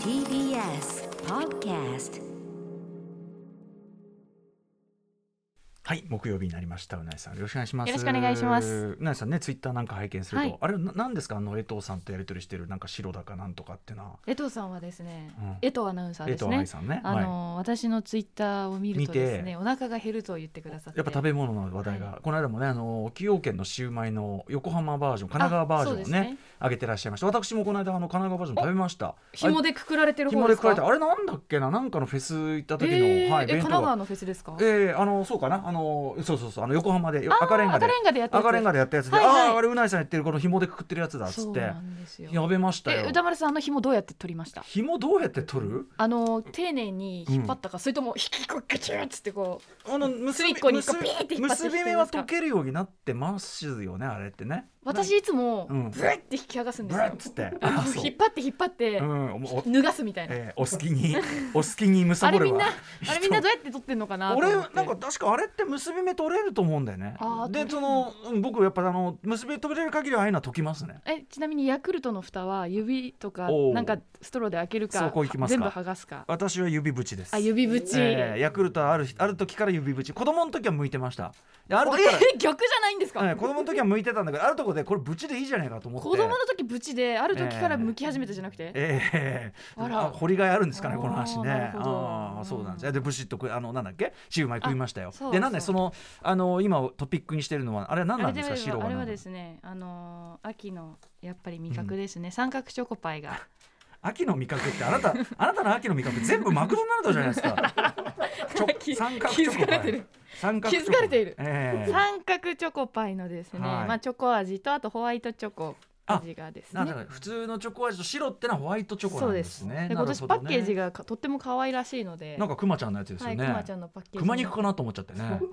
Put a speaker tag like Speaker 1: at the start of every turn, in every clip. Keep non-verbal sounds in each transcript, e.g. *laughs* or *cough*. Speaker 1: TBS Podcast
Speaker 2: はい、木曜日になりました。うなえさん、よろしくお願いします。
Speaker 3: よろしくお願いします。
Speaker 2: うなえさんね、ツイッターなんか拝見すると、
Speaker 3: はい
Speaker 2: あれ、ななんですか、あの江藤さんとやり取りしてる、なんか白だかなんとかってな。
Speaker 3: 江藤さんはですね、
Speaker 2: うん
Speaker 3: 江藤アナウンサー
Speaker 2: 江
Speaker 3: で
Speaker 2: 藤
Speaker 3: す
Speaker 2: 愛
Speaker 3: ね。
Speaker 2: さんね、
Speaker 3: あ
Speaker 2: は
Speaker 3: の、私のツイッターを見るとです
Speaker 2: 見て
Speaker 3: ね、お腹が減ると言ってくださっ
Speaker 2: い。
Speaker 3: て。
Speaker 2: やっぱ食べ物の話題が、この間もね、あの崎陽軒のシウマイの横浜バージョン、神奈川バージョンをね、
Speaker 3: あそうですね
Speaker 2: 上げてらっしゃいました。私もこの間、あの神奈川バージョン食べました。
Speaker 3: 紐
Speaker 2: で。
Speaker 3: でくくられてる方
Speaker 2: 紐
Speaker 3: で
Speaker 2: です食
Speaker 3: か。
Speaker 2: われた、あれなんだっけな、なんかのフェス行った時の、
Speaker 3: えー
Speaker 2: はい、弁
Speaker 3: え神
Speaker 2: 当
Speaker 3: 奈
Speaker 2: が
Speaker 3: 川。のフェスですか。
Speaker 2: えー、あのそうかなあのそうそうそうあの横浜でよ
Speaker 3: あー
Speaker 2: 赤レンガで
Speaker 3: 赤レンガでやったやつ
Speaker 2: 赤レンガでやったやつで、
Speaker 3: はいはい
Speaker 2: あああれうないさんやってるこの紐でくくってるやつだっつ
Speaker 3: そ
Speaker 2: っ
Speaker 3: う
Speaker 2: て
Speaker 3: なんですよ。
Speaker 2: やべました
Speaker 3: え、
Speaker 2: よ
Speaker 3: 歌丸さん、あの紐どうやって取りました。
Speaker 2: 紐どうやって取る
Speaker 3: あの、丁寧に引っ張ったか、それとも、引きこ、ガチューっつって、こう。
Speaker 2: あの結
Speaker 3: 隅っこにこうピーって引っ張っ
Speaker 2: 結
Speaker 3: てきて
Speaker 2: び目は溶けるようになってますよねあれってね
Speaker 3: 私、いつも、
Speaker 2: うん
Speaker 3: ブレって引き剥がすんで
Speaker 2: ブ
Speaker 3: す
Speaker 2: ラッ
Speaker 3: よ。
Speaker 2: つって
Speaker 3: あの
Speaker 2: あそう
Speaker 3: 引っ張って、引っ張って
Speaker 2: う、んおお
Speaker 3: 脱がすみたいな。
Speaker 2: えーお好きにお好きにむさ
Speaker 3: あ
Speaker 2: ぼ
Speaker 3: れ
Speaker 2: れ
Speaker 3: みん
Speaker 2: ば
Speaker 3: な、 *laughs* あれみんなどうやって取ってんのかなと思っ
Speaker 2: 俺
Speaker 3: て。
Speaker 2: なんか確かあれって結び目取れると思うんだよね
Speaker 3: あー取れ
Speaker 2: で
Speaker 3: る
Speaker 2: そのうん僕やっぱあの結び目取れる限りはああいうのは解きますね
Speaker 3: えちなみにヤクルトの蓋は指とか
Speaker 2: おう
Speaker 3: なんかストローで開けるか
Speaker 2: そこ行きますか
Speaker 3: 全部剥がすか
Speaker 2: 私は指縁です
Speaker 3: あ指縁、
Speaker 2: えーヤクルトはある日ある時から指縁子供の時は向いてましたである時から、
Speaker 3: え逆じゃないんですか、
Speaker 2: えー子供の時は向いてたんだけどあるとこでこれ縁でいいじゃないかと思って
Speaker 3: 子供の時ブチである時から剥き始めたじゃなくて、
Speaker 2: ええ
Speaker 3: あら
Speaker 2: あ掘りがいあるんですかね
Speaker 3: あー
Speaker 2: この話ね
Speaker 3: なるほど
Speaker 2: ああそうなんですでブシッとくあのなんだっけシウマイ食いましたよ
Speaker 3: あそう
Speaker 2: でなんで
Speaker 3: そ
Speaker 2: そうのあの今トピックにしてるのはあれは何
Speaker 3: あ
Speaker 2: な
Speaker 3: れ
Speaker 2: ん
Speaker 3: で
Speaker 2: ですか白
Speaker 3: は
Speaker 2: は
Speaker 3: あれは
Speaker 2: 何
Speaker 3: ですねあのー秋のやっぱり味覚ですね、三角チョコパイが
Speaker 2: 秋の味覚ってあなたあなたの秋の味覚全部マクドナルドじゃないですかちょ
Speaker 3: *laughs* 気
Speaker 2: 三角チョコ
Speaker 3: 気づかれてる
Speaker 2: 三角チョコ
Speaker 3: 気づかれている
Speaker 2: ええ
Speaker 3: 三角チョコパイのですね、
Speaker 2: はい
Speaker 3: まあチョコ味とあとホワイトチョコ味がです
Speaker 2: な
Speaker 3: ね
Speaker 2: んだか普通のチョコ味と白ってのはホワイトチョコなんですね。
Speaker 3: で今年パッケージ
Speaker 2: が
Speaker 3: がかとっても可愛らしいので
Speaker 2: なんかクマちゃんのやつです
Speaker 3: は
Speaker 2: よ
Speaker 3: いく
Speaker 2: ね。
Speaker 3: まちゃんのパッケージ
Speaker 2: 熊肉かなと思っちゃってね。うん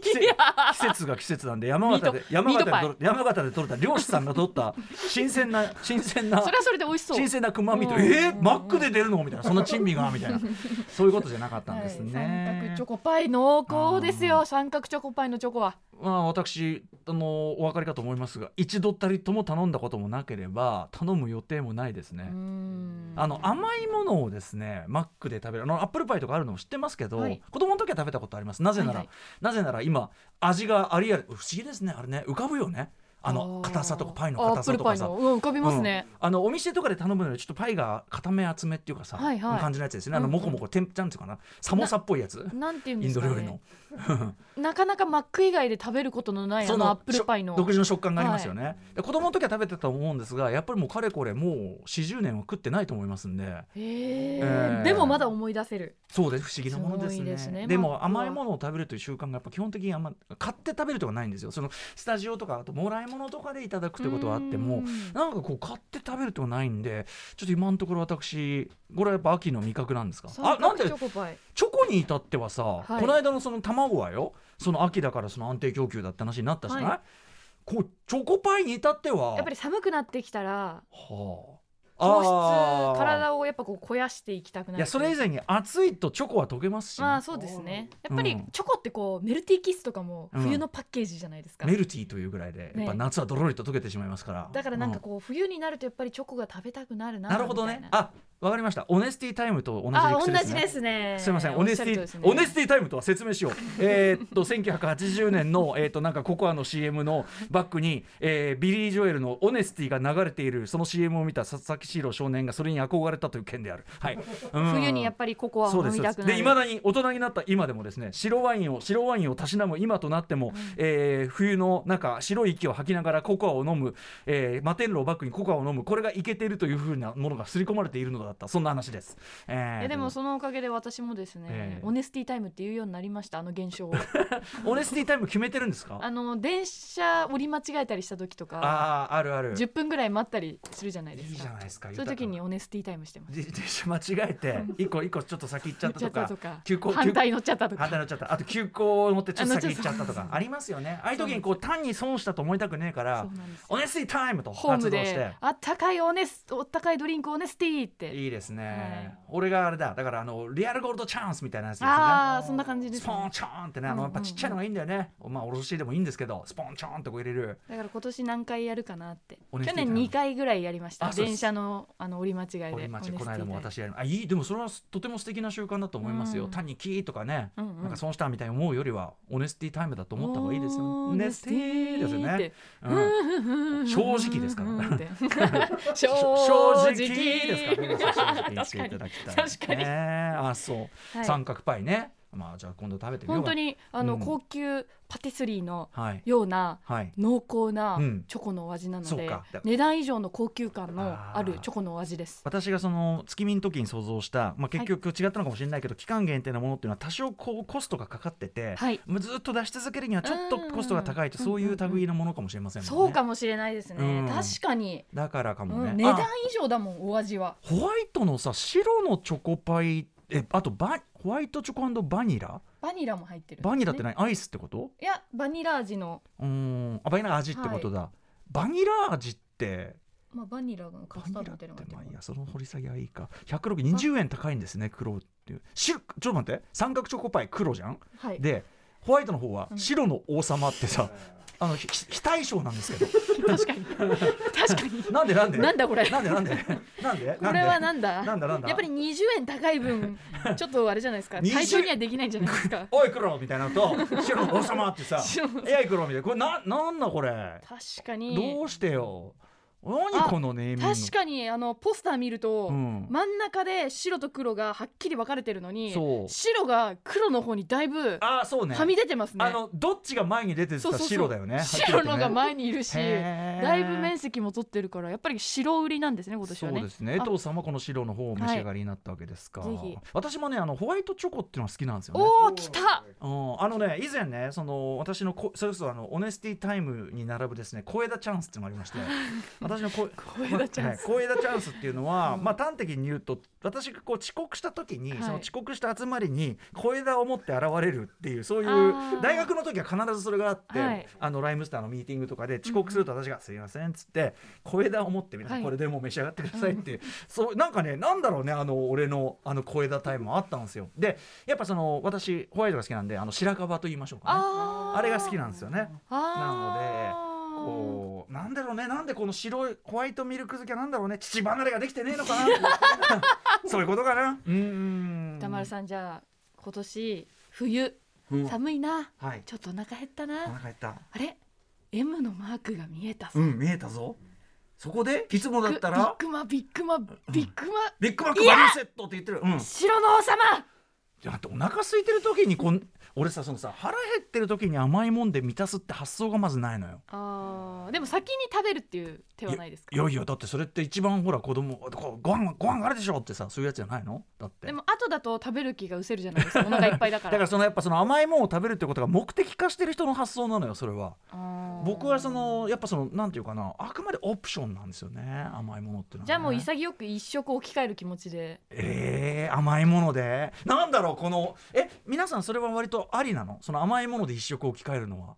Speaker 2: 季節 *laughs* 季節が季節なんで山形で
Speaker 3: ミ
Speaker 2: 山形で
Speaker 3: ートミートパイ
Speaker 2: 取れ山形で取れた漁師さんが取った新鮮
Speaker 3: *laughs*
Speaker 2: な新鮮な
Speaker 3: それはそれで美味しそう
Speaker 2: 新鮮な熊みと
Speaker 3: うん
Speaker 2: えー、マックで出るのみたいなそんな珍味がみたいなそういうことじゃなかったんです
Speaker 3: はい三
Speaker 2: ね
Speaker 3: 角。チョコパイ濃厚です
Speaker 2: う
Speaker 3: よ三角チョコパイのチョコは
Speaker 2: まあ私あのお分かりかと思いますが一度たりとも頼んだこともなければ頼む予定もないですね。あの甘いものをですねマックで食べるあのアップルパイとかあるのも知ってますけど、
Speaker 3: はい
Speaker 2: 子供の時は食べたことありますなぜなら、
Speaker 3: はいはい
Speaker 2: なぜなら今味がありあり不思議ですねあれね浮かぶよねあの硬さとかパイの硬さとか
Speaker 3: あア
Speaker 2: さ
Speaker 3: ップルパイのうん浮かびますね、
Speaker 2: うんあのお店とかで頼むのにちょっとパイが固め厚めっていうかさ、
Speaker 3: はいはい
Speaker 2: 感じのやつですねあの
Speaker 3: うん
Speaker 2: モコモコてんちゃんつうかなサモサっぽいやつ
Speaker 3: なんていうん
Speaker 2: イ
Speaker 3: で
Speaker 2: ン
Speaker 3: す
Speaker 2: ド
Speaker 3: か
Speaker 2: 料理の
Speaker 3: ねなかなかマック以外で食べることのないあのアップルパイ
Speaker 2: し
Speaker 3: の
Speaker 2: ょ独自の食感がありますよね、で子供の時は食べてたと思うんですがやっぱりもうかれこれもう40年は食ってないと思いますんで
Speaker 3: へ
Speaker 2: えー
Speaker 3: ーでもまだ思い出せる
Speaker 2: そうです不思議なものですす
Speaker 3: ごい
Speaker 2: ね
Speaker 3: ですね
Speaker 2: で
Speaker 3: マッ
Speaker 2: も
Speaker 3: クは
Speaker 2: 甘いものを食べるという習慣がやっぱ基本的にあんま買って食べるとかないんですよそのスタジオとかあともらい物とかでいただくということはあっても
Speaker 3: うん
Speaker 2: なんかこう買って食べるとかないんでちょっと今のところ私これはやっぱ秋の味覚なんですかあ
Speaker 3: 三
Speaker 2: なん
Speaker 3: 角チ
Speaker 2: で
Speaker 3: ョコパイ
Speaker 2: チョコに至ってはさ、
Speaker 3: はい
Speaker 2: この間のその卵はよその秋だからその安定供給だって話になったじゃない、
Speaker 3: はい
Speaker 2: こうチョコパイに至っては
Speaker 3: やっぱり寒くなってきたら
Speaker 2: はあ
Speaker 3: 糖
Speaker 2: あー
Speaker 3: 質体をやっぱこう肥やしていきたくなる
Speaker 2: いやそれ以前に暑いとチョコは溶けますしね、
Speaker 3: まあそうですねやっぱ
Speaker 2: う
Speaker 3: り
Speaker 2: ん
Speaker 3: チョコってこうメルティーキッスとかも冬のパッケージじゃないですか、
Speaker 2: メルティーというぐらいで、やっぱ夏はどろりと溶けてしまいますから。
Speaker 3: だからなんか
Speaker 2: う
Speaker 3: こう、冬になるとやっぱりチョコが食べたくなるな
Speaker 2: なるほど
Speaker 3: みた
Speaker 2: ね
Speaker 3: い。な
Speaker 2: あ、わかりました。オネスティタイムと同じ理
Speaker 3: あ
Speaker 2: 屈
Speaker 3: 同
Speaker 2: です
Speaker 3: じ
Speaker 2: ね。
Speaker 3: ですね
Speaker 2: すみません、
Speaker 3: お
Speaker 2: オ
Speaker 3: っし
Speaker 2: ネ
Speaker 3: ゃ
Speaker 2: ス
Speaker 3: る
Speaker 2: テ
Speaker 3: とおりで
Speaker 2: ィ、
Speaker 3: すね
Speaker 2: オネスティタイムとは説明しよう。 *laughs* えーっと、1980年の、えーっと、なんかココアの CM のバックに、えービリー・ジョエルのオネスティが流れている、その CM を見た佐々木史郎少年がそれに憧れたという件である。はい。うん
Speaker 3: 冬にやっぱりココア
Speaker 2: そう
Speaker 3: を
Speaker 2: で
Speaker 3: 飲
Speaker 2: す
Speaker 3: み
Speaker 2: そうで
Speaker 3: た
Speaker 2: す
Speaker 3: くなる
Speaker 2: でいまだに大人になった今でもですね白ワインを白ワインをたしなむ今となっても、えー冬の中白い息を吐きながらココアを飲む、えー、摩天楼をバックにココアを飲むこれがいけているというふうなものが刷り込まれているのだったそんな話です。えー
Speaker 3: いやでもそのおかげで私もですね、
Speaker 2: ええ
Speaker 3: オネスティタイムっていうようになりましたあの
Speaker 2: *laughs*
Speaker 3: 現象を
Speaker 2: オネスティタイム決めてるんですか
Speaker 3: あの電車折り間違えたりした時とか
Speaker 2: あーあるある。
Speaker 3: 10分ぐらい待ったりするじゃない
Speaker 2: い
Speaker 3: で
Speaker 2: い
Speaker 3: す
Speaker 2: じゃ
Speaker 3: か
Speaker 2: ないですか。
Speaker 3: そういう時に
Speaker 2: 豊
Speaker 3: オネスティタイムしてま
Speaker 2: か
Speaker 3: す
Speaker 2: 自自転車間違え
Speaker 3: *laughs*
Speaker 2: て一個一個ちょっと先行っちゃったと
Speaker 3: 乗っちゃ
Speaker 2: か
Speaker 3: ったとか
Speaker 2: 急行
Speaker 3: 反対乗っちゃったと
Speaker 2: 反対
Speaker 3: か
Speaker 2: 乗っちゃったあと急行を乗ってちょっと
Speaker 3: あ
Speaker 2: 先
Speaker 3: の
Speaker 2: 行っちゃったと
Speaker 3: そう
Speaker 2: かありますよねああいう時にこう単に損したと思いたくねえから
Speaker 3: そうなんですよ
Speaker 2: オネスティタイムと
Speaker 3: ホー
Speaker 2: 発
Speaker 3: ム
Speaker 2: 動して
Speaker 3: であったかいオネスおったかいドリンクオネスティーって
Speaker 2: いいですね、
Speaker 3: はい
Speaker 2: 俺があれだだからあのリアルゴールドチャンスみたいなやつですね
Speaker 3: ああそんな感じです、
Speaker 2: スポン
Speaker 3: ね、
Speaker 2: チョーンってねあのやっぱちっちゃいのがいいんだよね、まあおろしでもいいんですけどスポンチョーンってこう入れる
Speaker 3: だから今年何回やるかなって
Speaker 2: おねし
Speaker 3: 去
Speaker 2: り
Speaker 3: 年2回ぐらいやりました
Speaker 2: あそうです
Speaker 3: 電車のあの折り間違いで
Speaker 2: これマジこの間も
Speaker 3: オネス
Speaker 2: 私やるあいいでもそれはとても素敵な習慣だと思いますよ、
Speaker 3: うん
Speaker 2: 単にキーとかね、
Speaker 3: ティーでうんうん
Speaker 2: なんか損したみたいに思うよりはオネスティタイムだと思った方がいいですよ
Speaker 3: オ
Speaker 2: ね
Speaker 3: ネ
Speaker 2: ネ
Speaker 3: ス
Speaker 2: ス
Speaker 3: テ
Speaker 2: ティ
Speaker 3: ィー
Speaker 2: ですよね、うん、正直ですから、
Speaker 3: うんって正
Speaker 2: 正
Speaker 3: 直
Speaker 2: 直
Speaker 3: *laughs*
Speaker 2: ですから、皆さん正直にしていただきたい、ね、
Speaker 3: 確かに確かに
Speaker 2: あそう、
Speaker 3: はい
Speaker 2: 三角パイねまあじゃあ今度食べてみよう
Speaker 3: 本
Speaker 2: か
Speaker 3: 当にあの、
Speaker 2: うん
Speaker 3: 高級パティスリーの
Speaker 2: はい
Speaker 3: ような
Speaker 2: はい
Speaker 3: 濃厚な
Speaker 2: うん
Speaker 3: チョコのお味なの
Speaker 2: そ
Speaker 3: で、
Speaker 2: うか
Speaker 3: 値段以上の高級感の
Speaker 2: あー
Speaker 3: あるチョコのお味です。
Speaker 2: 私がその月見の時に想像した、まあ、結局違ったのかもしれないけど、期間限定のものっていうのは多少こうコストがかかってて、
Speaker 3: はい、
Speaker 2: もうずっと出し続けるにはちょっとコストが高いと
Speaker 3: うん
Speaker 2: そういう類のものかもしれませんもんね。
Speaker 3: そうかもしれないですね。
Speaker 2: うん
Speaker 3: 確かに、
Speaker 2: だからかも
Speaker 3: う
Speaker 2: ね、
Speaker 3: ん値段
Speaker 2: あ
Speaker 3: 以上だもんお味は。
Speaker 2: ホワイトのさ白のチョコパイえあとバホワイトチョコバニラ
Speaker 3: バニラも入ってるんですね、
Speaker 2: バニラって何、アイスってこと
Speaker 3: いやバニラ味の、
Speaker 2: うーんあバニラ味ってことだ、バニラ味って
Speaker 3: まあ、バニラのカ
Speaker 2: バ
Speaker 3: ス
Speaker 2: ニ
Speaker 3: タード
Speaker 2: ラっ
Speaker 3: み
Speaker 2: て
Speaker 3: たいなのが入
Speaker 2: まあい
Speaker 3: っ
Speaker 2: い
Speaker 3: てる
Speaker 2: やその掘り下げはいいか120円高いんですね黒っていう白ちょっと待って三角チョコパイ黒じゃん
Speaker 3: はい
Speaker 2: でホワイトの方は
Speaker 3: うん
Speaker 2: 白の王様ってさ、あのひひ非対称なんですけど
Speaker 3: 確かに確かに
Speaker 2: なんでなんで
Speaker 3: なんだこれ
Speaker 2: なんでなんでなんで
Speaker 3: これは
Speaker 2: なんで
Speaker 3: なんだ
Speaker 2: なんだなんだ
Speaker 3: やっぱり20円高い
Speaker 2: *laughs*
Speaker 3: 分ちょっとあれじゃないですか
Speaker 2: 20
Speaker 3: 対象にはできないんじゃないで
Speaker 2: *laughs*
Speaker 3: すか
Speaker 2: おい黒みたいなのと白の王様って
Speaker 3: *laughs*
Speaker 2: さ
Speaker 3: 白の王
Speaker 2: えらい黒みたいなこれななんだこれ
Speaker 3: 確かに
Speaker 2: どうしてよ何このネーミング
Speaker 3: 確かにあのポスター見ると、
Speaker 2: うん
Speaker 3: 真ん中で白と黒がはっきり分かれてるのに
Speaker 2: そう
Speaker 3: 白が黒の方にだいぶ
Speaker 2: あそうね
Speaker 3: はみ出てますね
Speaker 2: あのどっちが前に出て
Speaker 3: そう
Speaker 2: た
Speaker 3: そうそう
Speaker 2: 白だよねはっきり言っ
Speaker 3: 白
Speaker 2: てね
Speaker 3: のが前にいるし
Speaker 2: へー
Speaker 3: だいぶ面積も取ってるからやっぱり白売りなんですね今年は
Speaker 2: そう
Speaker 3: ね
Speaker 2: ですね
Speaker 3: あ
Speaker 2: 江藤さんもこの白の方を召し上がりになったわけですか、
Speaker 3: はいぜひ
Speaker 2: 私もねあのホワイトチョコっていうのが好きなんですよね
Speaker 3: おお来た
Speaker 2: うん、あのね以前ねその私のこそれこそあのオネスティタイムに並ぶですね小枝チャンスっていうのがありまして
Speaker 3: *laughs*
Speaker 2: 私のこ
Speaker 3: 小枝チャンス
Speaker 2: はい小枝チャンスっていうのは、
Speaker 3: うん
Speaker 2: まあ端的に言うと私がこう遅刻した時に、
Speaker 3: はい
Speaker 2: その遅刻した集まりに小枝を持って現れるっていうそうい
Speaker 3: あ
Speaker 2: う
Speaker 3: ー
Speaker 2: 大学の時は必ずそれがあって、
Speaker 3: はい
Speaker 2: あのライムスターのミーティングとかで遅刻すると私が「すいません」っつって小枝を持って皆さん、
Speaker 3: はい
Speaker 2: これでもう召し上がってくださいっていう、そうなんかねなんだろうねあの俺のあの小枝タイムもあったんですよ。でやっぱその私ホワイトが好きなんであの白樺と言いましょうかね
Speaker 3: あ
Speaker 2: あ
Speaker 3: ー
Speaker 2: れが好きなんですよね。
Speaker 3: あー
Speaker 2: こうなんだろうねなんでこの白いホワイトミルク漬けはなんだろうね乳離れができてねえの *laughs* かなそういうことかなうーん
Speaker 3: 歌丸さんじゃあ今年冬
Speaker 2: うん
Speaker 3: 寒いな
Speaker 2: はい
Speaker 3: ちょっとお腹減った
Speaker 2: お
Speaker 3: な
Speaker 2: 腹減った
Speaker 3: あれ M のマークが見えたぞ
Speaker 2: うん見えたぞそこでいつもだった
Speaker 3: ビッ
Speaker 2: ら
Speaker 3: グマビッグマビッグマ
Speaker 2: ビッグマックバリューセットって言ってるうん
Speaker 3: 白の王様
Speaker 2: だってお腹空いてる時にこん俺さそのさ腹減ってる時に甘いもんで満たすって発想がまずないのよ
Speaker 3: あーでも先に食べるっていう手はないですか
Speaker 2: いやいやだってそれって一番ほら子供こうご飯ご飯あるでしょってさそういうやつじゃないのだって
Speaker 3: でも後だと食べる気が失せるじゃないで
Speaker 2: *laughs*
Speaker 3: すかお腹いっぱいだか
Speaker 2: だ
Speaker 3: ら
Speaker 2: からそのやっぱその甘いもんを食べるってことが目的化してる人の発想なのよそれは
Speaker 3: あー
Speaker 2: 僕はそのやっぱそのなんていうかなあくまでオプションなんですよね甘いものってのは、ね、
Speaker 3: じゃあもう潔く一食置き換える気持ちで
Speaker 2: えー、甘いものでなんだろうこのえ皆さんそれは割とありなのその甘いもので一食置き換えるのは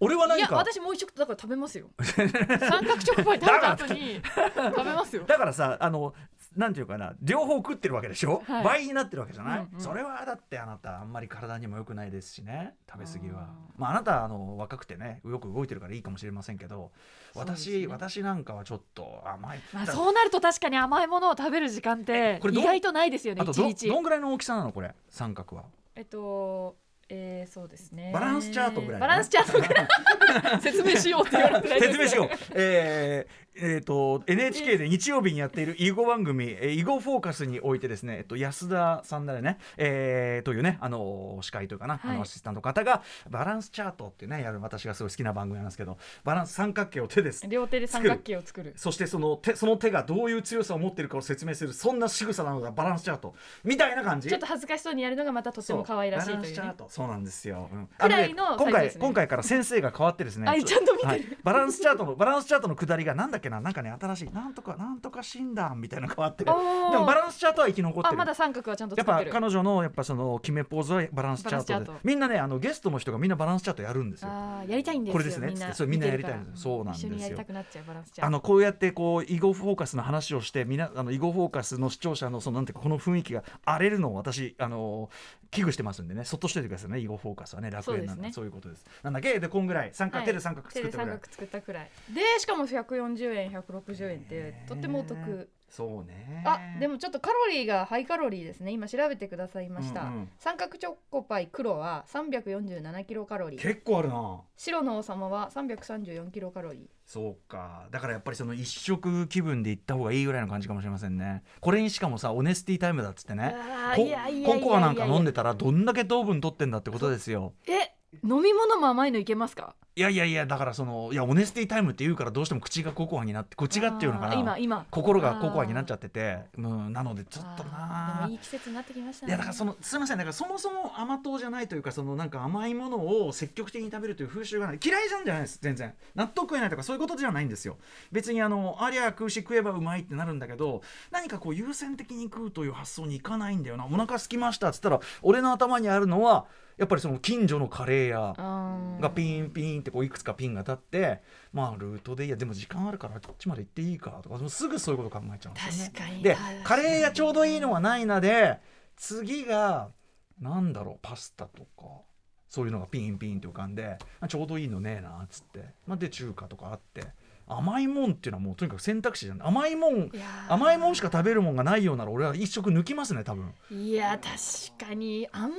Speaker 2: 俺は何
Speaker 3: いや
Speaker 2: か
Speaker 3: 私もう一食だから食べま
Speaker 2: *laughs*
Speaker 3: すよ三角チョコパイ食べた後に食べますよ
Speaker 2: だからさあのなんていうかな両方食ってるわけでしょ、
Speaker 3: はい
Speaker 2: 倍になってるわけじゃない、
Speaker 3: うんうん
Speaker 2: それはだってあなたあんまり体にも良くないですしね食べ過ぎは
Speaker 3: あ
Speaker 2: まああなたはあの若くてねよく動いてるからいいかもしれませんけど
Speaker 3: そう
Speaker 2: 私、
Speaker 3: ですね
Speaker 2: 私なんかはちょっと甘い、
Speaker 3: まあ
Speaker 2: だ
Speaker 3: そうなると確かに甘いものを食べる時間って
Speaker 2: これど
Speaker 3: 意
Speaker 2: う
Speaker 3: 外とないですよね
Speaker 2: あと
Speaker 3: 一
Speaker 2: ど
Speaker 3: 日
Speaker 2: どんぐらいの大きさなのこれ三角は
Speaker 3: えっとえー、そうですね
Speaker 2: バランスチャートぐらい
Speaker 3: バランスチャートぐらい説明しようって言われてない
Speaker 2: *laughs* 説明しよ
Speaker 3: う
Speaker 2: うえーえーと NHK で日曜日にやっている囲碁番組「えー囲碁フォーカス」においてですね、えっと、安田さんだよね、えーというねあの司会というかな、
Speaker 3: はい
Speaker 2: あのアシスタントの方がバランスチャートっていうねやる私がすごい好きな番組なんですけどバランス三角形を手です
Speaker 3: 両手で三角形を作る
Speaker 2: そしてその手その手がどういう強さを持っているかを説明するそんな仕草なのがバランスチャートみたいな感じ
Speaker 3: ちょっと恥ずかしそうにやるのがまたとっても可愛らしいという
Speaker 2: バランスチャー
Speaker 3: ね
Speaker 2: トそそうなんですよ、うん
Speaker 3: くらいの
Speaker 2: あね今
Speaker 3: サイズ
Speaker 2: 回
Speaker 3: ですね
Speaker 2: 今回から先生が変わってですね
Speaker 3: あちゃんと見てる
Speaker 2: はい、バランスチャートのバランスチャートの下りがなんだっけななんかね新しいなんとかなんとか診断みたいなの変わってる
Speaker 3: おー
Speaker 2: でもバランスチャートは生き残って
Speaker 3: あ
Speaker 2: る
Speaker 3: まだ三角はちゃんと
Speaker 2: やっ
Speaker 3: 作っ
Speaker 2: ぱ
Speaker 3: てる
Speaker 2: 彼女のやっぱその決めポーズはバランスチャートで
Speaker 3: バランスチャート
Speaker 2: みんなねあのゲストの人がみんなバランスチャートやるんですよ
Speaker 3: あーやりたいんですよ
Speaker 2: これですね
Speaker 3: みん
Speaker 2: つっ
Speaker 3: な
Speaker 2: てそうみんなやりたいんです
Speaker 3: 見てるから
Speaker 2: そうなんですよ
Speaker 3: 一緒にやりたくなっちゃうバランスチャ
Speaker 2: あ
Speaker 3: ート
Speaker 2: のこうやってこう囲碁フォーカスの話をしてみなあの囲碁フォーカスの視聴者のそのなんていうかこの雰囲気が荒れるのを私あの危惧してますんでねそっとしておいてくださいね囲碁フォーカスはね楽園なん
Speaker 3: そうです
Speaker 2: で
Speaker 3: ね
Speaker 2: そういうことですなんだっけでこんぐらい三角、
Speaker 3: はい
Speaker 2: 手で三角作って
Speaker 3: 手
Speaker 2: くら
Speaker 3: で
Speaker 2: い
Speaker 3: 三角作ったくらいでしかも140円160円ってとってもお得
Speaker 2: そうね
Speaker 3: あでもちょっとカロリーがハイカロリーですね今調べてくださいました、
Speaker 2: うんうん
Speaker 3: 三角チョコパイ黒は347キロカロリー
Speaker 2: 結構あるな
Speaker 3: 白の王様は334キロカロリー
Speaker 2: そうかだからやっぱりその一食気分で行った方がいいぐらいの感じかもしれませんねこれにしかもさオネスティタイムだっつってね
Speaker 3: あー
Speaker 2: こ
Speaker 3: いやいやいやいや
Speaker 2: ココアなんか飲んでたらどんだけ糖分取ってんだってことですよ
Speaker 3: え飲み物も甘いのいけますか
Speaker 2: いやいやいやだからそのいやオネスティタイムって言うからどうしても口がココアになって口がっていうのか
Speaker 3: あー今
Speaker 2: な
Speaker 3: 今
Speaker 2: 心がココアになっちゃっててうんなのでちょっと
Speaker 3: あーで
Speaker 2: な
Speaker 3: もいい季節になってきました
Speaker 2: い
Speaker 3: ね
Speaker 2: やだからそのすみませんだからそもそも甘党じゃないというかそのなんか甘いものを積極的に食べるという風習がない嫌いじゃんじゃないです全然納豆食えないとかそういうことじゃないんですよ別にあのありゃ食うし食えばうまいってなるんだけど何かこう優先的に食うという発想にいかないんだよなお腹空きましたっつったら俺の頭にあるのはやっぱりその近所のカレー屋
Speaker 3: あー
Speaker 2: がピンピンってこういくつかピンが立ってまあルートでいいやでも時間あるからこっちまで行っていいかとかでもすぐそういうこと考えちゃうんですよね。
Speaker 3: 確かに
Speaker 2: で
Speaker 3: あー
Speaker 2: カレーがちょうどいいのはないなで次がなんだろうパスタとかそういうのがピンピンって浮かんであちょうどいいのねえなっつって、まあ、で中華とかあって甘いもんっていうのはもうとにかく選択肢じゃない甘いもん
Speaker 3: いやー
Speaker 2: 甘いもんしか食べるもんがないようなら俺は一食抜きますね多分
Speaker 3: いや確かに甘いもの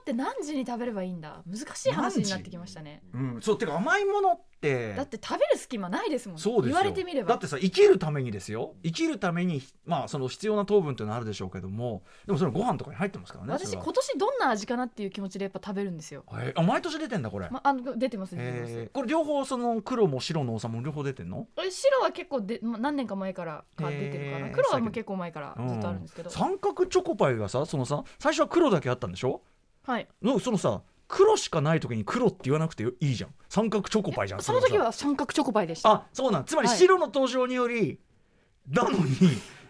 Speaker 3: って何時に食べればいいんだ難しい話になってきましたね
Speaker 2: うんそうてか甘いものって
Speaker 3: だって食べる隙間ないですもんね
Speaker 2: そうですよ
Speaker 3: 言われてみれば
Speaker 2: だってさ生きるためにですよ生きるためにまあその必要な糖分っていうのはあるでしょうけどもでもそれご飯とかに入ってますからねそ
Speaker 3: 私
Speaker 2: れは
Speaker 3: 今年どんな味かなっていう気持ちでやっぱ食べるんですよ。
Speaker 2: えーあ毎年出てんだこれ、
Speaker 3: まあの出てます出てます
Speaker 2: えーこれ両方その黒も白の王様も両方出てんの
Speaker 3: え白は結構でま何年か前からか出てるかな、
Speaker 2: へー
Speaker 3: 黒はもう結構前から
Speaker 2: うん
Speaker 3: ずっとあるんですけど、
Speaker 2: 三角チョコパイがさそのさ最初は黒だけあったんでしょ
Speaker 3: はい
Speaker 2: のそのさ黒しかない時に黒って言わなくていいじゃん三角チョコパイじゃん
Speaker 3: その時
Speaker 2: れさ
Speaker 3: は三角チョコパイでした
Speaker 2: あそうなんつまり
Speaker 3: はい
Speaker 2: 白の登場により、なのに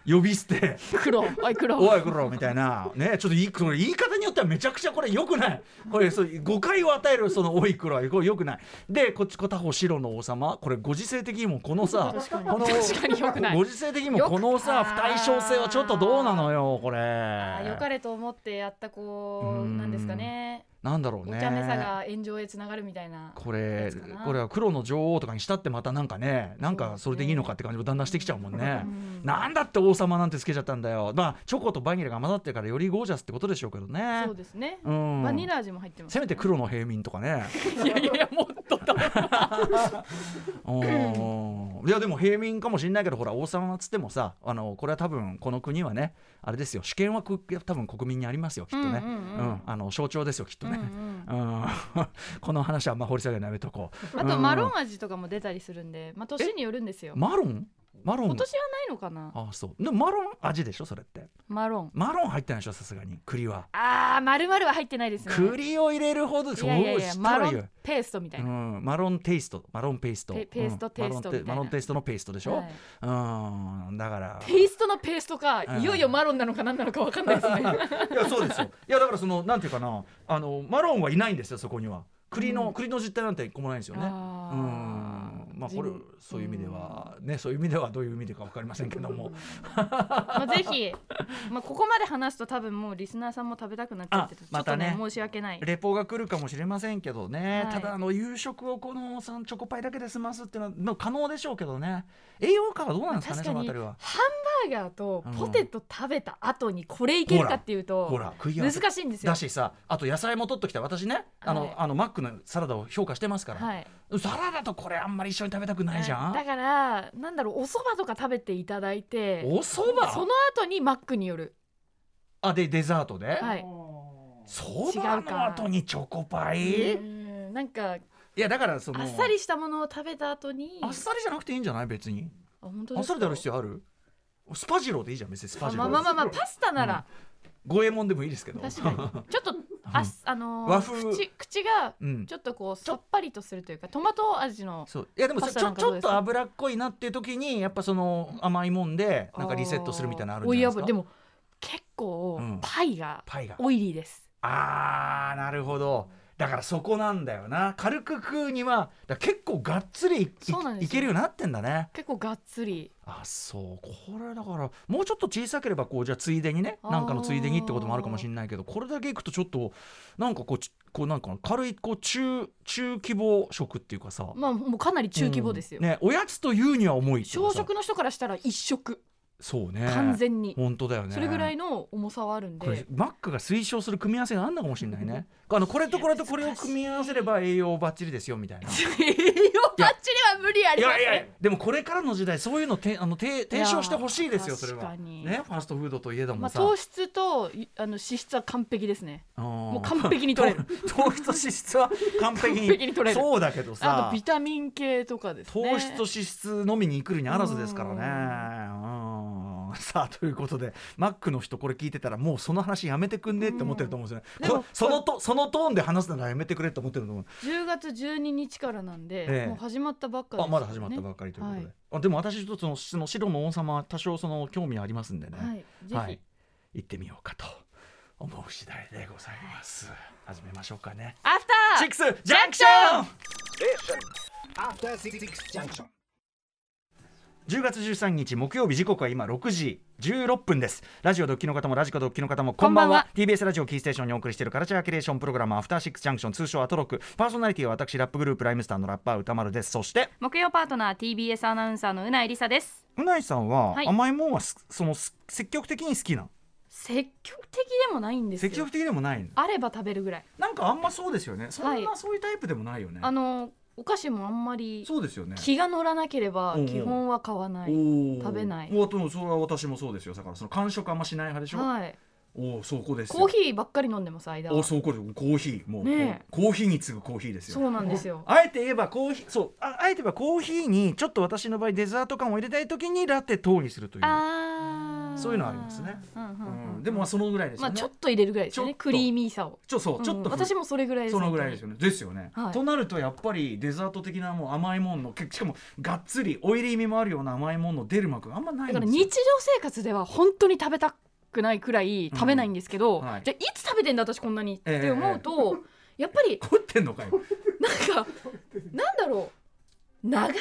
Speaker 2: 呼び捨て
Speaker 3: 黒おい黒
Speaker 2: おいこらみたいなねちょっといいこれ言い方によってはめちゃくちゃこれ良くないこれそう誤解を与えるそのおいこらこれ良くないでこっち片方白の王様これご時世的にもこのさ
Speaker 3: 確かに
Speaker 2: この
Speaker 3: 確かに良くない
Speaker 2: ご時世的にもこのさ
Speaker 3: よく
Speaker 2: 不対称性はちょっとどうなのよこれ
Speaker 3: あ良かれと思ってやった子なんですかね
Speaker 2: なんだろう
Speaker 3: お
Speaker 2: ね
Speaker 3: 茶目さが炎上へつながるみたいな
Speaker 2: これ
Speaker 3: やつかな
Speaker 2: これは黒の女王とかにしたってまたなんかねなんかそれでいいのかって感じもだんだんしてきちゃうもんね
Speaker 3: うん
Speaker 2: なんだって王様なんてつけちゃったんだよまあチョコとバニラが混ざってるからよりゴージャスってことでしょうけどね
Speaker 3: そうですね、
Speaker 2: うん
Speaker 3: バニラ味も入ってます、
Speaker 2: せめて黒の平民とかね。
Speaker 3: いやいやいやもっとだ
Speaker 2: *laughs* うんいやでも平民かもしれないけどほら王様っつってもさあのこれは多分この国はねあれですよ主権はく多分国民にありますよきっとね、
Speaker 3: うんうんうん
Speaker 2: あの象徴ですよきっと
Speaker 3: うんう
Speaker 2: ね。
Speaker 3: ん
Speaker 2: うん *laughs* この話はあんま掘り下げるのやめとこう。
Speaker 3: あとマロ
Speaker 2: うん
Speaker 3: ン味とかも出たりするんで、まあ、年によるんですよ
Speaker 2: マロンマロン
Speaker 3: 今年はないのかな
Speaker 2: あそうでもマロン味でしょそれって
Speaker 3: マロン
Speaker 2: マロン入ってないでしょさすがに栗は
Speaker 3: あーまるまるは入ってないですね
Speaker 2: 栗を入れるほど
Speaker 3: いやいやいや
Speaker 2: そうした
Speaker 3: マ
Speaker 2: ら
Speaker 3: ロ
Speaker 2: いいよ
Speaker 3: ンペーストみたいうな、
Speaker 2: ん、マロンテイストマロンペースト
Speaker 3: ペペースト
Speaker 2: うん
Speaker 3: テイス
Speaker 2: マロン
Speaker 3: トみたいな
Speaker 2: マロンテイストのペーストでしょ、
Speaker 3: は
Speaker 2: うんだから
Speaker 3: *laughs* ペーストのペーストか
Speaker 2: うん
Speaker 3: いよいよマロンなのか何なのか分かんないですね
Speaker 2: いやそうですよいやだからそのなんていうかなあのマロンはいないんですよそこには栗の、
Speaker 3: うん
Speaker 2: 栗の実態なんて一個もないんですよねう
Speaker 3: あ
Speaker 2: ん
Speaker 3: ー
Speaker 2: まあこれ
Speaker 3: 地味
Speaker 2: そういう意味ではねそういう意味ではどういう意味でか分かりませんけど
Speaker 3: *laughs*
Speaker 2: も
Speaker 3: まあぜひ、まあ、ここまで話すと多分もうリスナーさんも食べたくなっちゃってて
Speaker 2: あまたね
Speaker 3: ちょっと申し訳ない
Speaker 2: レポが来るかもしれませんけどね、
Speaker 3: はい
Speaker 2: ただあの夕食をこのさんチョコパイだけで済ますっていうのはまあ可能でしょうけどね栄養価はどうなんですかね
Speaker 3: 確か
Speaker 2: そのあ
Speaker 3: に
Speaker 2: たり
Speaker 3: ハン
Speaker 2: は
Speaker 3: バ。ーガーと
Speaker 2: うん
Speaker 3: ポテト食べた後にこれいけるかっていう
Speaker 2: ほ
Speaker 3: と
Speaker 2: ら食い合わ
Speaker 3: 難
Speaker 2: せ
Speaker 3: しいんですよ
Speaker 2: だしさあと野菜も取っときたい私ねあの、
Speaker 3: はい
Speaker 2: あのマックのサラダを評価してますから、
Speaker 3: はい
Speaker 2: サラダとこれあんまり一緒に食べたくないじゃん、
Speaker 3: だからなんだろうお蕎麦とか食べていただいて
Speaker 2: おそば
Speaker 3: その後にマックによる
Speaker 2: あでデザートで、
Speaker 3: はい
Speaker 2: そ
Speaker 3: 違
Speaker 2: ば
Speaker 3: うか
Speaker 2: の後にチョコパイ、
Speaker 3: う
Speaker 2: い
Speaker 3: んなんか
Speaker 2: やだからその
Speaker 3: あっさりしたものを食べた後に
Speaker 2: あっさりじゃなくていいんじゃない別に
Speaker 3: あ本当
Speaker 2: あ
Speaker 3: で
Speaker 2: っさ
Speaker 3: すか
Speaker 2: りである必要あるスパジローでいいじゃん別にスパ
Speaker 3: あ
Speaker 2: ジロ
Speaker 3: ま
Speaker 2: ー
Speaker 3: あまあまあまあパスタなら
Speaker 2: 五右衛門でもいいですけど
Speaker 3: 確かにちょっとあしあのー
Speaker 2: 和風
Speaker 3: 口口が
Speaker 2: うん
Speaker 3: ちょっとこうさっぱりとするというかトマト味の
Speaker 2: そういやでも
Speaker 3: パス
Speaker 2: ち
Speaker 3: タな
Speaker 2: ょ
Speaker 3: ん
Speaker 2: ち
Speaker 3: かどう
Speaker 2: ょ
Speaker 3: で
Speaker 2: っ
Speaker 3: すか
Speaker 2: と脂っこいなっていう時にやっぱその甘いもんでなんかリセットするみたいなのあるんじゃないです
Speaker 3: オイル油
Speaker 2: か
Speaker 3: でも結構
Speaker 2: うん
Speaker 3: パイが
Speaker 2: パイが
Speaker 3: オイリーです、
Speaker 2: あーなるほどだからそこなんだよな軽く食うにはだから結構がっつりいい
Speaker 3: そうなんですよ
Speaker 2: いけるようになってんだね
Speaker 3: 結構がっつり
Speaker 2: あそうこれだからもうちょっと小さければこうじゃあついでにねなんかのついでにってこともあるかもしれないけどこれだけいくとちょっとなんかこうちこうなんか軽いこう中中規模食っていうかさ
Speaker 3: まあもうかなり中規模ですよ、
Speaker 2: うんね、おやつというには重いっていうか
Speaker 3: 小
Speaker 2: さ
Speaker 3: 食の人からしたら一食
Speaker 2: そうね
Speaker 3: 完全に、
Speaker 2: 本当だよね
Speaker 3: それぐらいの重さはあるんで
Speaker 2: これマックが推奨する組み合わせがあんのかもしれないねあのこれとこれとこれを組み合わせれば栄養バッチリですよみたいない
Speaker 3: 栄養バッチリは無理ありま
Speaker 2: や
Speaker 3: す
Speaker 2: いやでもこれからの時代そういうのてあのて提唱してほしいですよそれ
Speaker 3: 確
Speaker 2: は
Speaker 3: かに
Speaker 2: ねファーストフードといえど
Speaker 3: ま
Speaker 2: も
Speaker 3: あ、
Speaker 2: さ、
Speaker 3: 糖質といあの脂質は完璧ですね
Speaker 2: も
Speaker 3: もう完璧に取れる
Speaker 2: *laughs* 糖質脂質は完璧に
Speaker 3: 完璧に取れる
Speaker 2: そうだけど
Speaker 3: あ
Speaker 2: さ
Speaker 3: とビタミン系とかですね
Speaker 2: 糖質と脂質のみに来るにあらずですからねうんさあということでマックの人これ聞いてたらもうその話やめてくんねって思ってると思うんですよね、
Speaker 3: う
Speaker 2: こ
Speaker 3: んでも
Speaker 2: そのとそのトーンで話すならやめてくれって思ってると思う
Speaker 3: 10月12日からなんで、
Speaker 2: ええ
Speaker 3: もう始まったばっかです、ね、
Speaker 2: あまだ始まったばっかりということで、
Speaker 3: はい
Speaker 2: あでも私ちょっとそのその白の王様は多少その興味ありますんでね、
Speaker 3: はい、ぜひ、
Speaker 2: はい、行ってみようかと思う次第でございます、始めましょうかね
Speaker 3: アフタ
Speaker 2: シ
Speaker 3: ー
Speaker 2: ックスジャンクション
Speaker 4: After Six Junction.
Speaker 2: 10月13日木曜日時刻は今6時16分ですラジオドッキの方もラジコドッキの方もこんばんは
Speaker 3: こんばんは
Speaker 2: TBS ラジオキーステーションにお送りしているカルチャーキュレーションプログラムアフターシックスジャンクション通称アトロクパーソナリティは私ラップグループライムスターのラッパー歌丸ですそして
Speaker 3: 木曜パートナー TBS アナウンサーのうなえりさです
Speaker 2: うないさんは
Speaker 3: はい
Speaker 2: 甘いもんはす、そのす積極的に好きなの
Speaker 3: 積極的でもないんですよ
Speaker 2: 積極的でもないの
Speaker 3: あれば食べるぐらい
Speaker 2: なんかあんまそうですよねそんな、
Speaker 3: はい
Speaker 2: そういうタイプでもないよね
Speaker 3: あのお菓子もあんまり
Speaker 2: そうですよね
Speaker 3: 気が乗らなければ
Speaker 2: うんうん
Speaker 3: 基本は買わない
Speaker 2: おー
Speaker 3: 食べない
Speaker 2: おでもそれは私もそうですよだからその完食あんましない派でしょ、
Speaker 3: はい
Speaker 2: おおそうこうですよ
Speaker 3: コーヒーばっかり飲んでます間は
Speaker 2: おそうこうですコーヒーもう、
Speaker 3: ねえ
Speaker 2: コーヒーに次ぐコーヒーですよ
Speaker 3: そうなんですよ
Speaker 2: あえて言えばコーヒーそうああえて言えばコーヒーにちょっと私の場合デザート感を入れたい時にラテ等にするという、
Speaker 3: あー
Speaker 2: そういうのありますね
Speaker 3: うんうんうん
Speaker 2: うん、でもまあそのぐらいです
Speaker 3: ま
Speaker 2: よ
Speaker 3: あ
Speaker 2: ね、
Speaker 3: ちょっと入れるぐらいです
Speaker 2: ち
Speaker 3: よ
Speaker 2: ょ
Speaker 3: ね
Speaker 2: っと
Speaker 3: クリーミーさを
Speaker 2: ちょそうちょっと、
Speaker 3: うん私もそれぐらいです
Speaker 2: そのぐらいですよねですよね、
Speaker 3: はい
Speaker 2: となるとやっぱりデザート的なもう甘いもんのけしかもがっつりオイリー味もあるような甘いもんの出る幕があんまないん
Speaker 3: だか
Speaker 2: で
Speaker 3: ら
Speaker 2: す
Speaker 3: 日
Speaker 2: よ
Speaker 3: 常生活では本当に食べたくないくらい食べないんですけど、
Speaker 2: うんはい
Speaker 3: じゃあいつ食べてんだ私こんなにっ
Speaker 2: ええ
Speaker 3: て思うと、やっぱり
Speaker 2: 食ってんのか
Speaker 3: *laughs*
Speaker 2: よ
Speaker 3: なんかなんだろうながら中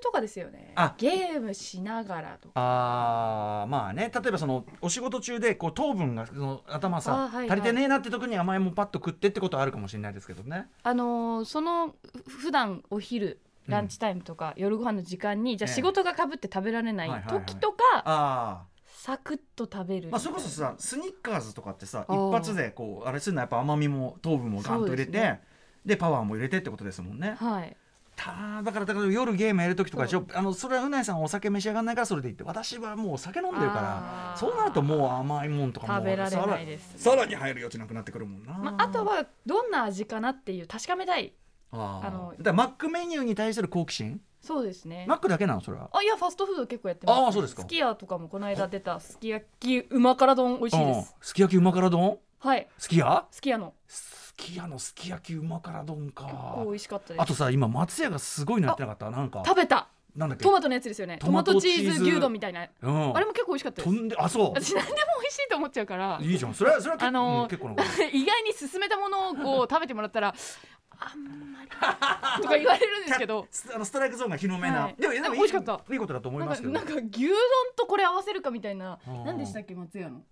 Speaker 3: とかですよね
Speaker 2: あ
Speaker 3: ゲームしながらとか
Speaker 2: あーまあね例えばそのお仕事中でこう糖分がその頭さ、
Speaker 3: あーはいはい
Speaker 2: 足りてねえなって時に甘いもんパッと食ってってことはあるかもしれないですけどね
Speaker 3: あのーそのふ普段お昼
Speaker 2: うん
Speaker 3: ランチタイムとか、夜ご飯の時間にじゃあ
Speaker 2: ええ
Speaker 3: 仕事がかぶって食べられな
Speaker 2: はい
Speaker 3: い
Speaker 2: はいはい
Speaker 3: 時とか、
Speaker 2: ああ
Speaker 3: サクッと食べる、
Speaker 2: まあ、それこそさスニッカーズとかってさ
Speaker 3: あー
Speaker 2: 一発でこうあれするのはやっぱ甘みも糖分もガンと入れ
Speaker 3: そ
Speaker 2: て
Speaker 3: うで
Speaker 2: で,、
Speaker 3: すね
Speaker 2: パワーも入れてってことですもんね
Speaker 3: はい
Speaker 2: ただからだから夜ゲームやる時とかでしょあのそれはうないさんお酒召し上がらないからそれでいいって私はもうお酒飲んでるか
Speaker 3: あ
Speaker 2: ら
Speaker 3: ー
Speaker 2: そうなるともう甘いもんとかも
Speaker 3: 食べられないです
Speaker 2: さらさらに入る余地なくなってくるもんな、
Speaker 3: まあ、あとはどんな味かなっていう確かめたい
Speaker 2: あー
Speaker 3: あの
Speaker 2: だからマックメニューに対する好奇心
Speaker 3: そうですね
Speaker 2: マックだけなのそれは
Speaker 3: あいやファストフード結構やってます、
Speaker 2: あーそうですか
Speaker 3: すき家とかもこの間出たすき焼きうま辛丼美味しいです、
Speaker 2: うんすき焼きうま辛丼
Speaker 3: はい
Speaker 2: すき家
Speaker 3: すき家の
Speaker 2: すき家のすき焼きうま辛丼
Speaker 3: 結
Speaker 2: か
Speaker 3: 構美味しかったで
Speaker 2: あ
Speaker 3: す
Speaker 2: とさ今松屋がすごいのやってなかったなんか
Speaker 3: 食べた
Speaker 2: なんだっけ
Speaker 3: トマトのやつですよね
Speaker 2: ト
Speaker 3: ト
Speaker 2: マ
Speaker 3: マ
Speaker 2: ト
Speaker 3: ト
Speaker 2: チ
Speaker 3: チ
Speaker 2: ーズ
Speaker 3: ーズ牛丼みたいな
Speaker 2: うん
Speaker 3: あれも結構美味しかったで
Speaker 2: と
Speaker 3: す
Speaker 2: んであそう
Speaker 3: 私何でも美味しいと思っちゃうから
Speaker 2: いいじゃんそれはそれは結,、
Speaker 3: あのー
Speaker 2: うん結構なこと
Speaker 3: *laughs* 意外に勧めたものをこう食べてもらったらあんまりとか言われるんですけど
Speaker 2: スあのストライクゾーンが広めな、
Speaker 3: はい
Speaker 2: でもでもいい
Speaker 3: 美味しかった
Speaker 2: いいことだと *laughs* 思い
Speaker 3: なん
Speaker 2: ま
Speaker 3: か
Speaker 2: すけど
Speaker 3: なんか牛丼とこれ合わせるかみたいな
Speaker 2: うん
Speaker 3: 何でしたっけ松屋の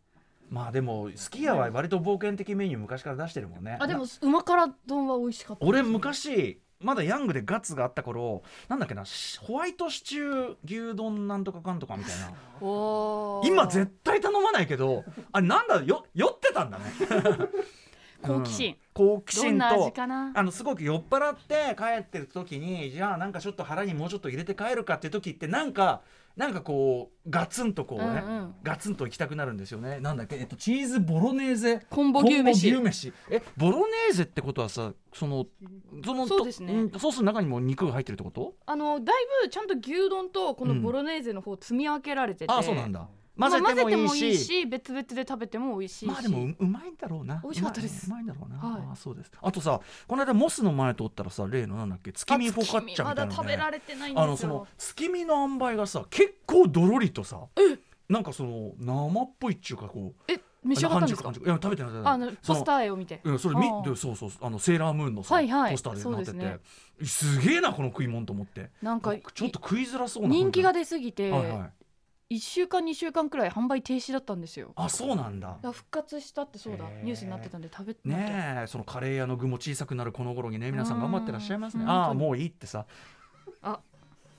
Speaker 2: まあでもすき家は割と冒険的メニュー昔から出してるもんね
Speaker 3: あでもうま辛丼は美味しかった
Speaker 2: 俺昔まだヤングでガッツがあった頃なんだっけなしホワイトシチュー牛丼なんとかかんとかみたい
Speaker 3: *laughs*
Speaker 2: な
Speaker 3: おー
Speaker 2: 今絶対頼まないけどあれなんだよ酔ってたんだね
Speaker 3: *laughs* 好奇心
Speaker 2: うん好奇
Speaker 3: ど
Speaker 2: 心
Speaker 3: んな味
Speaker 2: と
Speaker 3: かな
Speaker 2: あのすごく酔っ払って帰ってる時にじゃあなんかちょっと腹にもうちょっと入れて帰るかって時ってなんかなんかこうガツンとこうね、
Speaker 3: うんうん
Speaker 2: ガツンと行きたくなるんですよねなんだっけ、えっと、チーズボロネーゼ
Speaker 3: コンボ
Speaker 2: コ
Speaker 3: 牛飯
Speaker 2: ンボ牛飯えボロネーゼってことはさそのそのと
Speaker 3: そうですね
Speaker 2: んソースの中にも肉が入ってるってこと
Speaker 3: あのだいぶちゃんと牛丼とこのボロネーゼの方積み分けられてて、
Speaker 2: ああそうなんだ
Speaker 5: 混ぜ
Speaker 3: まあ
Speaker 5: てもいいし,、
Speaker 3: 別々で食べても美味しいし
Speaker 2: まあでもううまいんだろうな
Speaker 3: 美味しかったです
Speaker 2: うまいんだろうな、
Speaker 3: はい
Speaker 2: ああそうですあとさこの間モスの前通ったらさ例のなんだっけ月見フォカッチャみたいな
Speaker 3: まだ
Speaker 2: のね
Speaker 3: 食べられてないん
Speaker 2: あの
Speaker 3: です
Speaker 2: その
Speaker 3: よ
Speaker 2: 月見の塩梅がさ結構どろりとさなんかその生っぽいっちゅうかこう
Speaker 3: え召し上がったんですか
Speaker 2: 半熟半熟いや食べてない食べてない
Speaker 3: あのポスター絵を見て
Speaker 2: うん、それみ
Speaker 3: あー
Speaker 2: でそうそうそうあのセーラームーンのさ、
Speaker 3: はいはい
Speaker 2: ポスターで
Speaker 3: そう
Speaker 2: なっ
Speaker 3: で
Speaker 2: て
Speaker 3: す
Speaker 2: て、
Speaker 3: ね
Speaker 2: すげえなこの食い物と思って
Speaker 3: なんか
Speaker 2: ちょっと食いづらそうな雰囲
Speaker 3: 人気が
Speaker 2: 出
Speaker 3: 出すぎて、
Speaker 2: はいはい、
Speaker 3: 1週間2週間くらい販売停止だったんですよだか
Speaker 2: あそうなんだ
Speaker 3: ら復活したってそうだ
Speaker 2: へー
Speaker 3: ニュースになってたんで食べなきゃ
Speaker 2: ねえそのカレー屋の具も小さくなるこの頃にね皆さん頑張ってらっしゃいますね
Speaker 3: うん
Speaker 2: ああ
Speaker 3: 本当に
Speaker 2: もういいってさ
Speaker 3: あ
Speaker 2: あー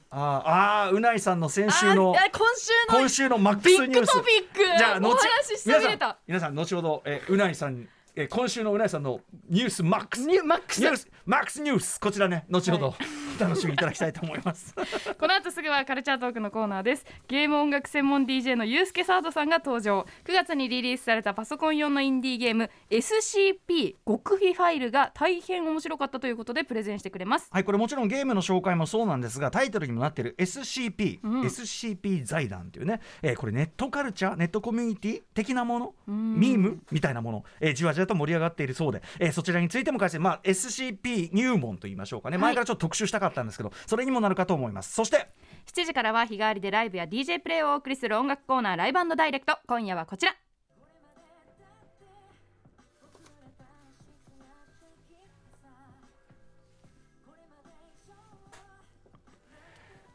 Speaker 2: あーうないさんの先週の
Speaker 3: あーあ今週の
Speaker 2: 今週のマック
Speaker 3: ビッ
Speaker 2: ス
Speaker 3: グ
Speaker 2: ニュース
Speaker 3: トピック
Speaker 2: じゃあ後
Speaker 3: お話しして
Speaker 2: 皆
Speaker 3: み
Speaker 2: さ
Speaker 3: れ
Speaker 2: ん
Speaker 3: た
Speaker 2: 皆さん後ほど、えーうないさん、えー今週のうないさんのニュースマックス
Speaker 3: ニュマックス
Speaker 2: ニュースマックスニュースこちらね後ほど、お *laughs* 楽しみいただきたいと思い
Speaker 3: *laughs*
Speaker 2: ます。
Speaker 3: この後すぐはカルチャートークのコーナーですゲーム音楽専門 DJ のユースケサードさんが登場9月にリリースされたパソコン用のインディーゲーム SCP 極秘ファイルが大変面白かったということでプレゼンしてくれます
Speaker 2: はいこれもちろんゲームの紹介もそうなんですがタイトルにもなっている SCP、
Speaker 3: うん
Speaker 2: SCP 財団というね、えーこれネットカルチャーネットコミュニティ的なもの
Speaker 3: ん
Speaker 2: ミームみたいなもの、えーじわじわと盛り上がっているそうで、えーそちらについても解説、まあ、SCP 入門といいましょうかね前からちょっと特集したかったんですけど、それにもなるかと思いますそして
Speaker 3: 7時からは日替わりでライブや DJ プレイをお送りする音楽コーナーライブダイレクト今夜はこちら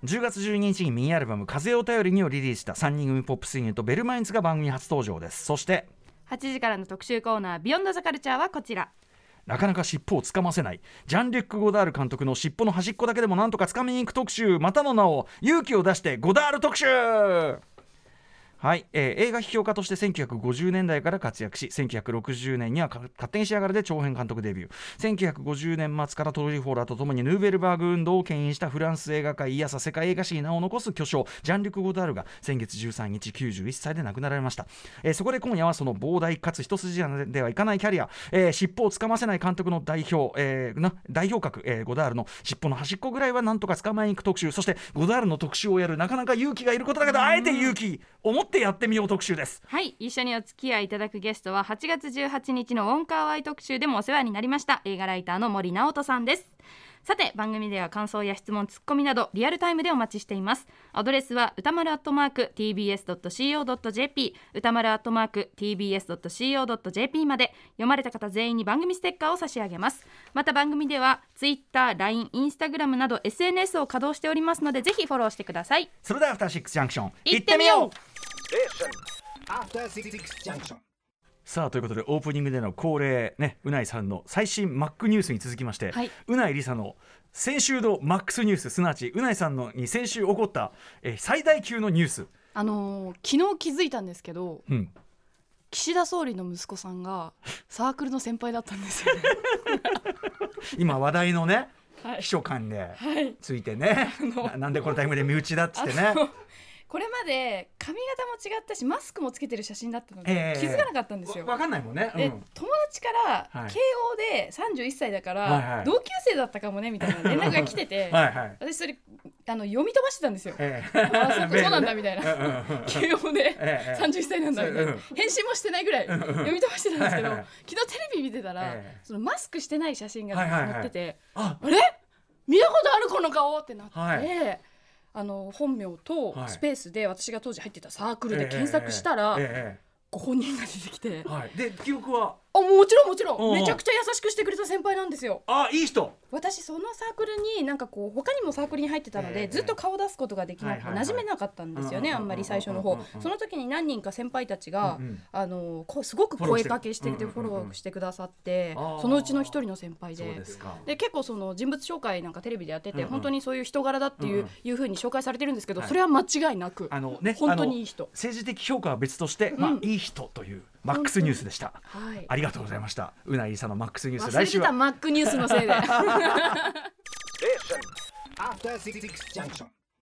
Speaker 2: 10月12日にミニアルバム「風を頼りに」をリリースした3人組ポップスユニットベルマインズが番組初登場ですそして
Speaker 3: 8時からの特集コーナービヨンドザカルチャーはこちら
Speaker 2: なかなか尻尾をつかませないジャンリュック・ゴダール監督の尻尾の端っこだけでもなんとかつかみに行く特集またの名を勇気を出してゴダール特集はい、えー映画批評家として1950年代から活躍し1960年にはか勝手にしやがれで長編監督デビュー1950年末からトリュフォーラーとともにヌーベルバーグ運動を牽引したフランス映画界いやさ世界映画史に名を残す巨匠ジャンリュク・ゴダールが先月13日91歳で亡くなられました、えーそこで今夜はその膨大かつ一筋縄ではいかないキャリア、えー尻尾をつかませない監督の代表、えーな代表格、えーゴダールの尻尾の端っこぐらいはなんとか捕まえに行く特集そしてゴダールの特集をやるなかなか勇気がいることだけどあえて勇気を持ってやってみよう特集です
Speaker 3: はい一緒にお付き合いいただくゲストは8月18日のウォンカーワイ特集でもお世話になりました映画ライターの森直人さんですさて番組では感想や質問ツッコミなどリアルタイムでお待ちしていますアドレスは歌丸アットマーク tbs.co.jp 歌丸アットマーク tbs.co.jp まで読まれた方全員に番組ステッカーを差し上げますまた番組では TwitterLINE、Instagram など SNS を稼働しておりますのでぜひフォローしてください
Speaker 2: それではアフターシックスジャンクション
Speaker 3: 行ってみよう
Speaker 4: Station. After Six Junction.
Speaker 2: さあということでオープニングでの恒例ねうないさんの最新マックニュースに続きまして、
Speaker 3: はいう
Speaker 2: ないりさの先週のマックスニュースすなわちうないさんのに先週起こった、えー最大級のニュース、
Speaker 5: あのー昨日気づいたんですけど
Speaker 2: うん、
Speaker 5: 岸田総理の息子さんがサークルの先輩だったんですよ
Speaker 2: *laughs*
Speaker 5: ね
Speaker 2: 今話題のね、
Speaker 5: はい
Speaker 2: 秘書官で
Speaker 5: はい
Speaker 2: ついてね、ななんでこのタイムで身内だっつってね
Speaker 5: あのこれまで髪型も違ったしマスクもつけてる写真だったの
Speaker 2: え
Speaker 5: で
Speaker 2: え
Speaker 5: 気づかなかったんですよ、
Speaker 2: わわかんないもんね、うん
Speaker 5: で友達から
Speaker 2: はい
Speaker 5: 慶応で31歳だか
Speaker 2: はいは
Speaker 5: ら
Speaker 2: い
Speaker 5: 同級生だったかもねみたいな連絡が来てて
Speaker 2: はいはい、
Speaker 5: 私それあの読み飛ばしてたんですよ。
Speaker 2: ええ
Speaker 5: あそう
Speaker 2: メールね
Speaker 5: そうなんだみたいな
Speaker 2: うんうんうん
Speaker 5: 慶応で
Speaker 2: ええ
Speaker 5: 31歳なんだみたいな
Speaker 2: うん
Speaker 5: 返信もしてないぐらい読み飛ばしてたんですけど昨
Speaker 2: はいはい
Speaker 5: 日テレビ見てたら
Speaker 2: ええ
Speaker 5: そのマスクしてない写真が
Speaker 2: はいはいはい
Speaker 5: 載ってて
Speaker 2: あ
Speaker 5: あれ見たことあるこの顔ってなっ
Speaker 2: は
Speaker 5: てあの本名と
Speaker 2: はい
Speaker 5: スペースで私が当時入ってたサークル
Speaker 2: え
Speaker 5: で
Speaker 2: え
Speaker 5: 検索したら
Speaker 2: ええ
Speaker 5: ご本人が出てきて
Speaker 2: ええはい、で記憶は
Speaker 5: あもちろんもち
Speaker 2: おうお
Speaker 5: ろ
Speaker 2: うん
Speaker 5: めちゃくちゃ優しくしてくれた先輩なんですよ。
Speaker 2: あいい人
Speaker 5: 私そのサークルになんかこう他にもサークルに入ってたの
Speaker 2: え
Speaker 5: で、
Speaker 2: え
Speaker 5: ずっと顔出すことができなくて
Speaker 2: はいはいはい
Speaker 5: 馴染めなかったんですよね、
Speaker 2: うんうんうんうん
Speaker 5: あんまり最初の
Speaker 2: うん
Speaker 5: 方
Speaker 2: うんうんうん
Speaker 5: その時に何人か先輩たちが、
Speaker 2: うんうん
Speaker 5: あのこうすごく声かけしてきて
Speaker 2: フ
Speaker 5: フ
Speaker 2: ォ
Speaker 5: ォ
Speaker 2: ロ
Speaker 5: ロ
Speaker 2: ーしてくうんうんうんうん
Speaker 5: ーしてくださって
Speaker 2: あー
Speaker 5: そのうちの一人の先輩で
Speaker 2: そうですか
Speaker 5: で結構その人物紹介なんかテレビでやってて、
Speaker 2: うんうん
Speaker 5: 本当にそういう人柄だっていう,、
Speaker 2: うんうん
Speaker 5: いうふうに紹介されてるんですけど、
Speaker 2: はい
Speaker 5: それは間違いなく
Speaker 2: あのね
Speaker 5: 本当にいい人
Speaker 2: あの政治的評価は別として、まあ
Speaker 5: うん
Speaker 2: いい人というマックスニュースでした、
Speaker 5: はい
Speaker 2: ありがとうございましたうないりさのマックスニュース
Speaker 5: 忘れ
Speaker 2: 来
Speaker 5: て
Speaker 2: 週は
Speaker 5: たマックニュースのせいで。
Speaker 4: Station. After Six Junction.